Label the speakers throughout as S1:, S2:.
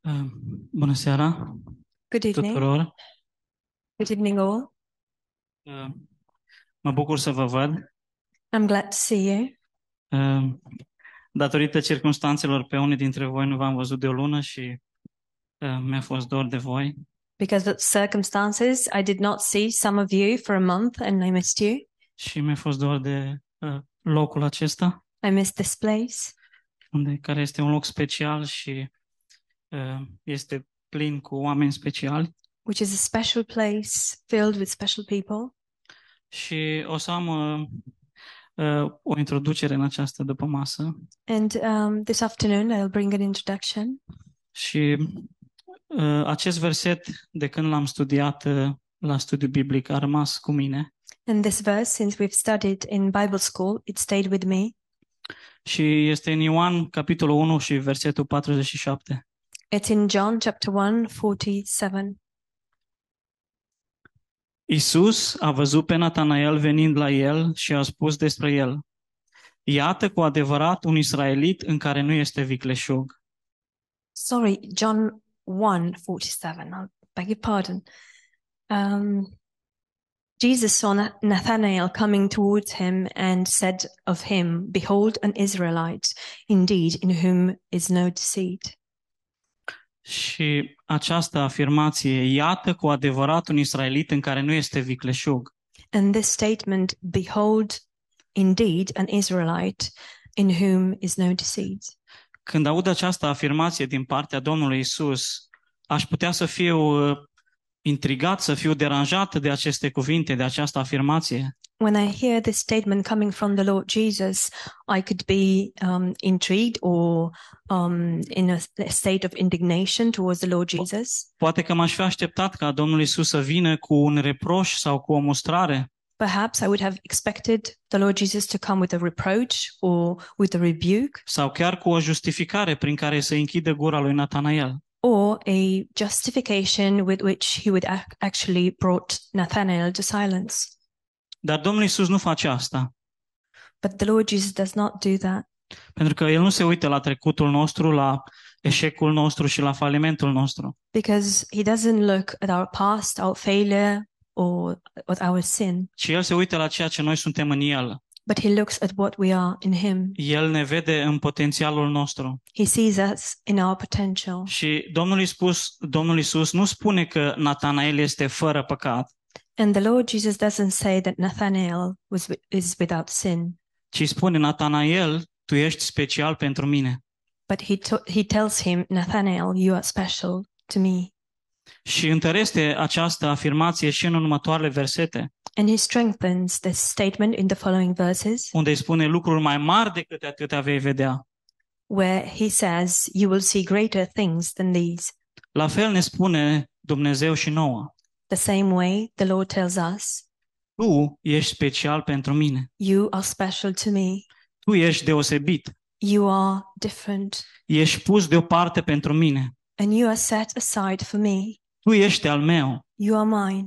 S1: Uh, Bună seara
S2: Good evening.
S1: tuturor!
S2: Good evening, all.
S1: Uh, Mă bucur să vă văd.
S2: I'm glad to see you.
S1: Uh, Datorită circunstanțelor pe unii dintre voi nu v-am văzut de o lună și uh, mi-a fost dor de voi.
S2: Because of circumstances, I did not see some of you for a month and I missed you.
S1: Și mi-a fost dor de uh, locul acesta,
S2: I missed this place,
S1: unde, care este un loc special și uh, este plin cu oameni speciali.
S2: which is a special place filled with special people.
S1: Și o să am uh, uh, o introducere în această după masă
S2: And um, this afternoon, I'll bring an introduction.
S1: și uh, acest verset, de când l-am studiat uh, la studiu biblic, a rămas cu mine.
S2: And this verse, since we've studied in Bible school, it stayed with me.
S1: Și este în Ioan, capitolul 1 și versetul 47.
S2: It's in John chapter 1, 47.
S1: Isus a văzut pe Natanael venind la el și a spus despre el, Iată cu adevărat un israelit în care nu este vicleșug.
S2: Sorry, John 1, 47. I beg your pardon. Um, Jesus saw Na- Nathanael coming towards him and said of him, Behold, an Israelite, indeed, in whom is no deceit.
S1: Și această afirmație, iată cu adevărat un israelit în care nu este vicleșug,
S2: And this statement, Behold, indeed, an Israelite, in whom is no deceit.
S1: când aud această afirmație din partea Domnului Isus, aș putea să fiu uh, intrigat, să fiu deranjat de aceste cuvinte, de această afirmație.
S2: When I hear this statement coming from the Lord Jesus, I could be um, intrigued or um, in a, a state of indignation towards the Lord Jesus.
S1: Poate că m-aș fi așteptat ca Domnul Isus să vină cu un reproș sau cu o mustrare,
S2: Perhaps I would have expected the Lord Jesus to come with a reproach or with a rebuke
S1: sau chiar cu o justificare prin care să închidă gura lui Natanael.
S2: or a justification with which he would ac- actually brought Nathanael to silence.
S1: Dar Domnul Isus nu face asta,
S2: But the Lord Jesus does not do that
S1: pentru că El nu se uită la trecutul nostru, la eșecul nostru și la falimentul nostru.
S2: because he doesn't look at our past, our failure, or at our sin,
S1: Ci El se uită la ceea ce noi suntem în El.
S2: but he looks at what we are in him.
S1: El ne vede în potențialul nostru.
S2: He sees us in our potential.
S1: Și Domnul Isus, Domnul Isus nu spune că Natanael este fără păcat,
S2: And the Lord Jesus doesn't say that Nathanael was, is without sin,
S1: ci spune Natanael, tu ești special pentru mine.
S2: but he, to- he tells him, Nathanael, you are special to me.
S1: Și întărește această afirmație și în următoarele versete,
S2: And he strengthens this statement in the following verses,
S1: unde îi spune lucruri mai mari decât atâtea vei vedea.
S2: where he says, You will see greater things than these.
S1: La fel ne spune Dumnezeu și nouă.
S2: The same way the Lord tells us,
S1: Tu ești special pentru mine.
S2: You are special to me.
S1: Tu ești deosebit.
S2: You are different.
S1: Ești pus deoparte pentru mine.
S2: And you are set aside for me.
S1: Tu ești al meu.
S2: You are mine.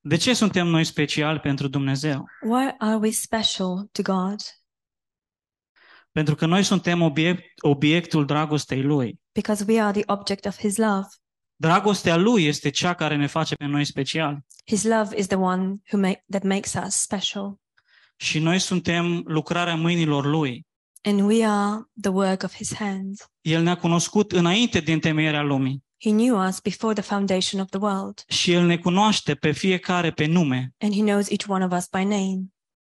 S1: De ce suntem noi speciali pentru Dumnezeu?
S2: Why are we special to God?
S1: Pentru că noi suntem obiect, obiectul dragostei Lui.
S2: Because we are the object of his love.
S1: Dragostea Lui este cea care ne face pe noi speciali.
S2: His love is the one who make, that makes us special,
S1: Și noi suntem lucrarea mâinilor Lui.
S2: and we are the work of His hands.
S1: El ne-a cunoscut înainte de întemeierea lumii
S2: He knew us before the foundation of the world,
S1: și El ne cunoaște pe fiecare pe nume.
S2: and He knows each one of us by name.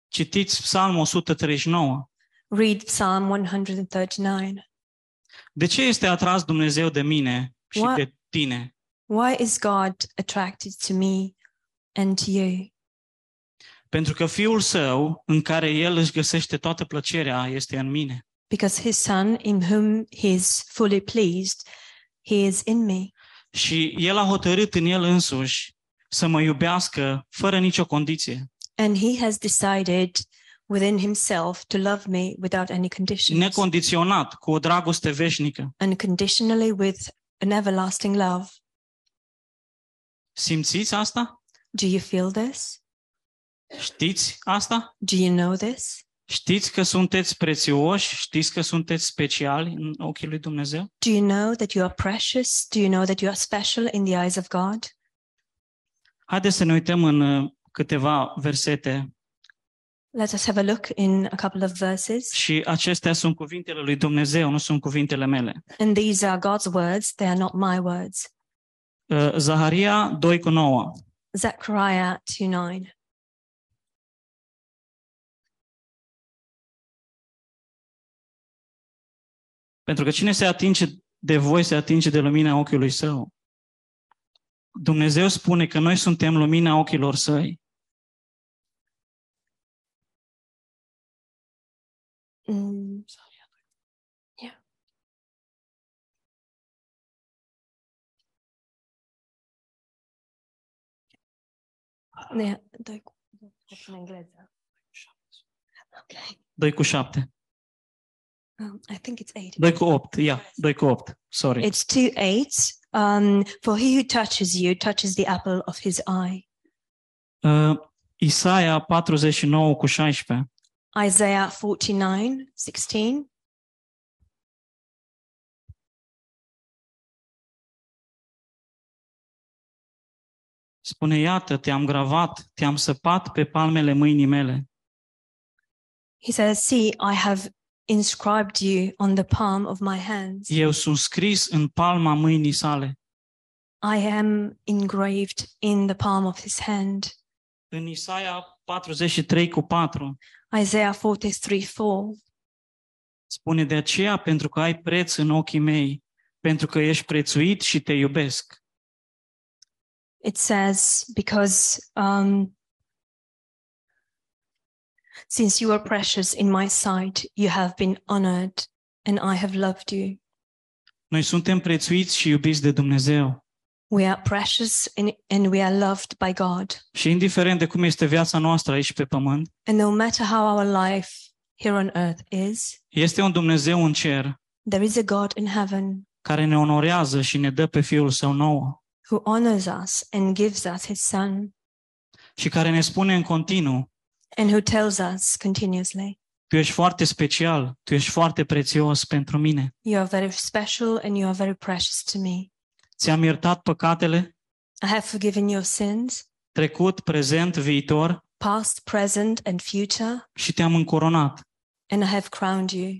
S1: Citiți Psalmul 139.
S2: Read Psalm 139.
S1: De ce este atras Dumnezeu de mine și
S2: What?
S1: de tine?
S2: Why is God attracted to me and to you?
S1: Pentru că Fiul Său, în care El își găsește toată plăcerea, este în mine.
S2: Because His Son, in whom He is fully pleased, He is in me.
S1: Și El a hotărât în El însuși să mă iubească fără nicio condiție,
S2: And He has decided within Himself to love me without any conditions,
S1: necondiționat, cu o dragoste veșnică.
S2: unconditionally with an everlasting love.
S1: Simțiți asta?
S2: Do you feel this?
S1: Știți asta?
S2: Do you know this?
S1: Știți că sunteți prețioși, știți că sunteți speciali în ochii lui Dumnezeu?
S2: Do you know that you are precious? Do you know that you are special in the eyes of God?
S1: Haideți să ne uităm în uh, câteva versete
S2: Let us have a look in a couple of verses.
S1: și acestea sunt cuvintele lui Dumnezeu, nu sunt cuvintele mele.
S2: And these are God's words, they are not my words.
S1: Uh, Zaharia 2 cu 9.
S2: Zechariah 2 9.
S1: Pentru că cine se atinge de voi, se atinge de lumina ochiului său. Dumnezeu spune că noi suntem lumina ochilor săi.
S2: Mm, yeah, doi cu- în engleză. Okay.
S1: 2 cu 7.
S2: Um, I think it's 8.
S1: 2 cu 8, ia, 2 cu 8, sorry.
S2: It's 2 8. Um, for he who touches you touches the apple of his eye.
S1: Uh, Isaia 49 cu 16.
S2: Isaiah 49 16.
S1: Spune, iată, te-am gravat, te-am săpat pe palmele mâinii mele.
S2: He says, See, I have inscribed you on the palm of my hands.
S1: Eu sunt scris în palma mâinii sale.
S2: I am engraved in the palm of his hand.
S1: În Isaia 43 cu 4
S2: Isaiah 43 4.
S1: spune, de aceea pentru că ai preț în ochii mei, pentru că ești prețuit și te iubesc.
S2: It says, Because um, since you are precious in my sight, you have been honored, and I have loved you.
S1: Noi suntem prețuiți și iubiți de Dumnezeu.
S2: We are precious and, and we are loved by God.
S1: Și indiferent de cum este viața noastră aici pe pământ,
S2: And no matter how our life here on earth is,
S1: este un Dumnezeu în cer
S2: there is a God in heaven
S1: care ne onorează și ne dă pe Fiul Său nouă
S2: who honors us and gives us his son
S1: și care ne spune în continuu,
S2: and who tells us continuously,
S1: tu ești foarte special, tu ești foarte prețios pentru mine.
S2: You are very special and you are very precious to me.
S1: Ți-am iertat păcatele,
S2: I have forgiven your sins,
S1: trecut, prezent, viitor
S2: past, present, and future,
S1: și te-am încoronat.
S2: and I have crowned you.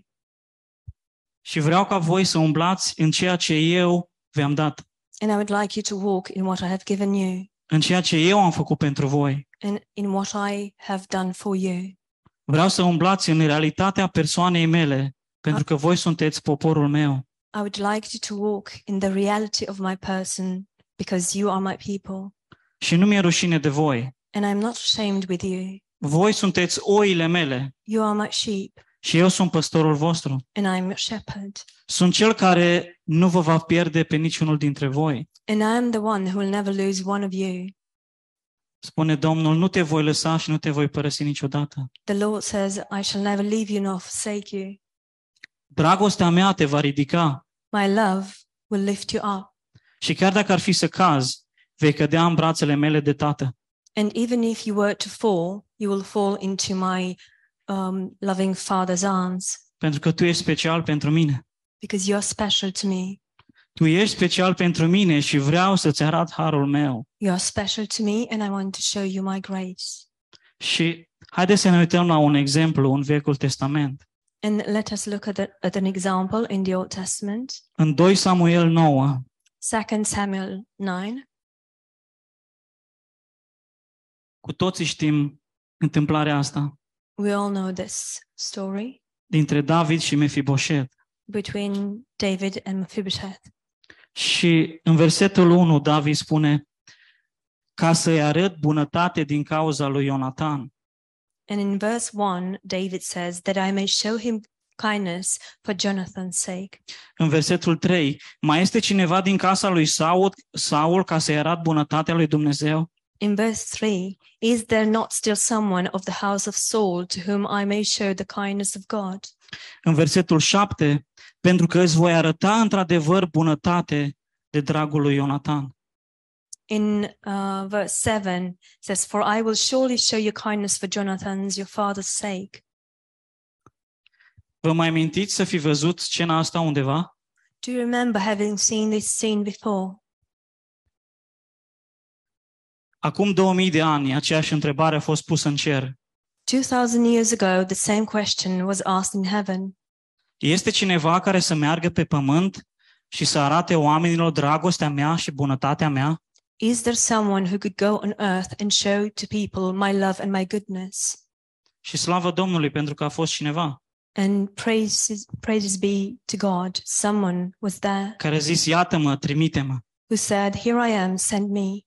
S1: Și vreau ca voi să umblați în ceea ce eu v-am dat,
S2: And I would like you to walk in what I have given you
S1: în ceea ce eu am făcut pentru voi.
S2: and in what I have done for you.
S1: Vreau să umblați în realitatea persoanei mele, pentru că voi sunteți poporul meu.
S2: I would like you to walk in the reality of my person because you are my people,
S1: Și nu mi-e rușine de voi.
S2: and I am not ashamed with you.
S1: Voi sunteți oile mele
S2: You are my sheep,
S1: și eu sunt păstorul vostru.
S2: and I am your shepherd,
S1: Sunt cel care nu vă va pierde pe niciunul dintre voi.
S2: and I am the one who will never lose one of you.
S1: Spune Domnul, nu te voi lăsa și nu te voi părăsi niciodată.
S2: The Lord says, I shall never leave you nor forsake you.
S1: Dragostea mea te va ridica
S2: My love will lift you up.
S1: și chiar dacă ar fi să cazi, vei cădea în brațele mele de tată.
S2: And even if you were to fall, you will fall into my um, loving Father's arms
S1: Pentru că tu ești special pentru mine.
S2: because you are special to me.
S1: Tu ești special pentru mine și vreau să-ți arăt harul meu.
S2: You are special to me, and I want to show you my grace.
S1: Și haideți să ne uităm la un exemplu în Vechiul Testament.
S2: And let us look at, the, at an example in the Old Testament,
S1: În 2 Samuel 9,
S2: 2 Samuel 9.
S1: cu toții știm întâmplarea asta,
S2: We all know this story
S1: dintre David și Mefiboset.
S2: between David and Mephibosheth.
S1: Și în versetul 1 David spune ca să-i arăt bunătate din cauza lui Ionatan.
S2: And in verse 1, David says, That I may show him kindness for Jonathan's sake.
S1: În versetul 3, mai este cineva din casa lui Saul, Saul ca să-i arăt bunătatea lui Dumnezeu?
S2: In verse 3, Is there not still someone of the house of Saul to whom I may show the kindness of God?
S1: În versetul 7, pentru că îți voi arăta într-adevăr bunătate de dragul lui Ionatan.
S2: In uh, verse 7, it says, For I will surely show you kindness for Jonathan's, your father's sake.
S1: Vă mai amintiți să fi văzut scena asta undeva?
S2: Do you remember having seen this scene before?
S1: Acum 2000 de ani, aceeași întrebare a fost pusă în cer.
S2: 2000 years ago, the same question was asked in heaven
S1: Este cineva care să meargă pe pământ și să arate oamenilor dragostea mea și bunătatea mea?
S2: Is there someone who could go on earth and show to people my love and my goodness?
S1: Și slavă Domnului pentru că a fost cineva
S2: And praises, praises be to God, someone was there
S1: care a zis, iată-mă, trimite-mă.
S2: who said, Here I am, send me.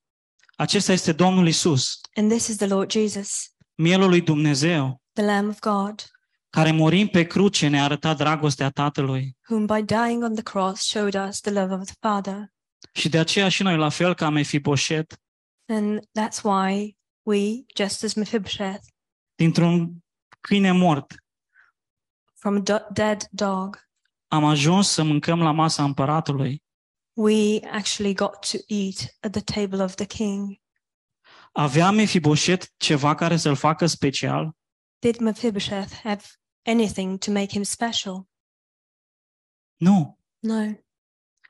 S1: Acesta este Domnul Isus,
S2: And this is the Lord Jesus,
S1: mielul lui Dumnezeu,
S2: the Lamb of God,
S1: care murind pe cruce ne-a arătat dragostea Tatălui.
S2: whom by dying on the cross showed us the love of the Father.
S1: Și de aceea și noi, la fel ca Mefiboset,
S2: And that's why we, just as Mephibosheth,
S1: dintr-un câine mort,
S2: from a do- dead dog,
S1: am ajuns să mâncăm la masa împăratului.
S2: we actually got to eat at the table of the king.
S1: Avea Mefiboset ceva care să-l facă special?
S2: Did Mephibosheth have anything to make him special?
S1: Nu.
S2: No.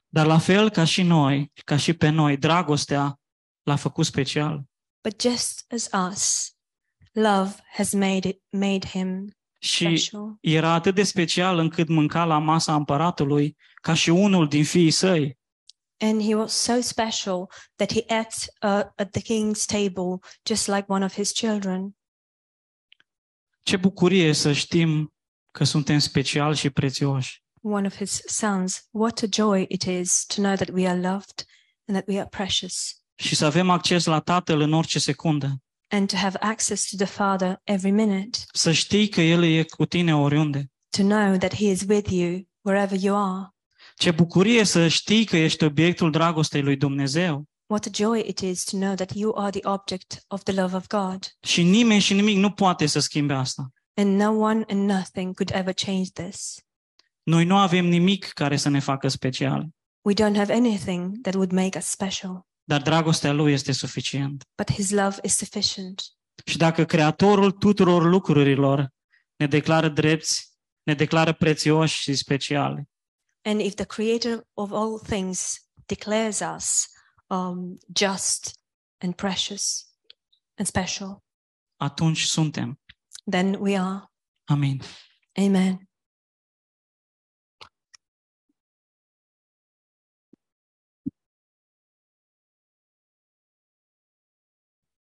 S1: Dar la fel ca și noi, ca și pe noi, dragostea l-a făcut special.
S2: But just as us, love has made it made him Da,
S1: Și
S2: special.
S1: era atât de special încât mânca la masa împăratului ca și unul din fiii săi.
S2: And he was so special that he ate uh, at the king's table just like one of his children.
S1: Ce bucurie să știm că suntem special și prețioși.
S2: one of his sons. What a joy it is to know that we are loved and that we are precious,
S1: și să avem acces la Tatăl în orice secundă.
S2: and to have access to the Father every minute,
S1: Să știi că El e cu tine oriunde.
S2: to know that He is with you wherever you are.
S1: Ce bucurie să știi că ești obiectul dragostei lui Dumnezeu
S2: What a joy it is to know that you are the object of the love of God,
S1: și nimeni și nimic nu poate să schimbe asta.
S2: and no one and nothing could ever change this.
S1: Noi nu avem nimic care să ne facă special,
S2: We don't have anything that would make us special,
S1: dar dragostea Lui este suficient.
S2: but His love is sufficient.
S1: Și dacă Creatorul tuturor lucrurilor ne declară drepți, ne declară prețioși și speciali,
S2: And if the Creator of all things declares us um, just and precious and special,
S1: atunci suntem.
S2: then we are.
S1: Amin.
S2: Amen.